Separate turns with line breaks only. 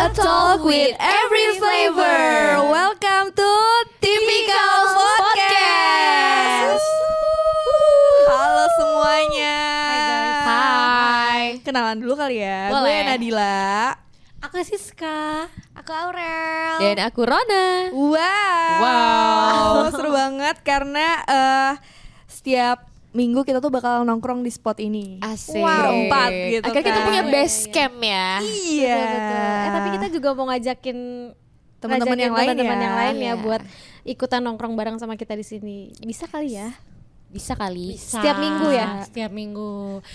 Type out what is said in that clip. A talk with every flavor. Welcome to Typical Podcast. Halo semuanya.
Hai.
Kenalan dulu kali ya. Gue
Boleh.
Nadila.
Aku Siska.
Aku Aurel.
Dan aku Rona.
Wow.
Wow.
Seru banget karena eh, setiap minggu kita tuh bakal nongkrong di spot ini.
Asik.
Berempat gitu
Akhirnya kita
kan.
punya
Iya,
base
iya, iya.
camp ya.
Iya.
Eh tapi kita juga mau ngajakin
Teman-teman
ngajakin
yang lain
teman-teman
ya.
yang lain ya
Iya.
buat ikutan nongkrong bareng sama kita di sini. Bisa kali ya?
Bisa kali.
Setiap minggu ya?
Setiap minggu.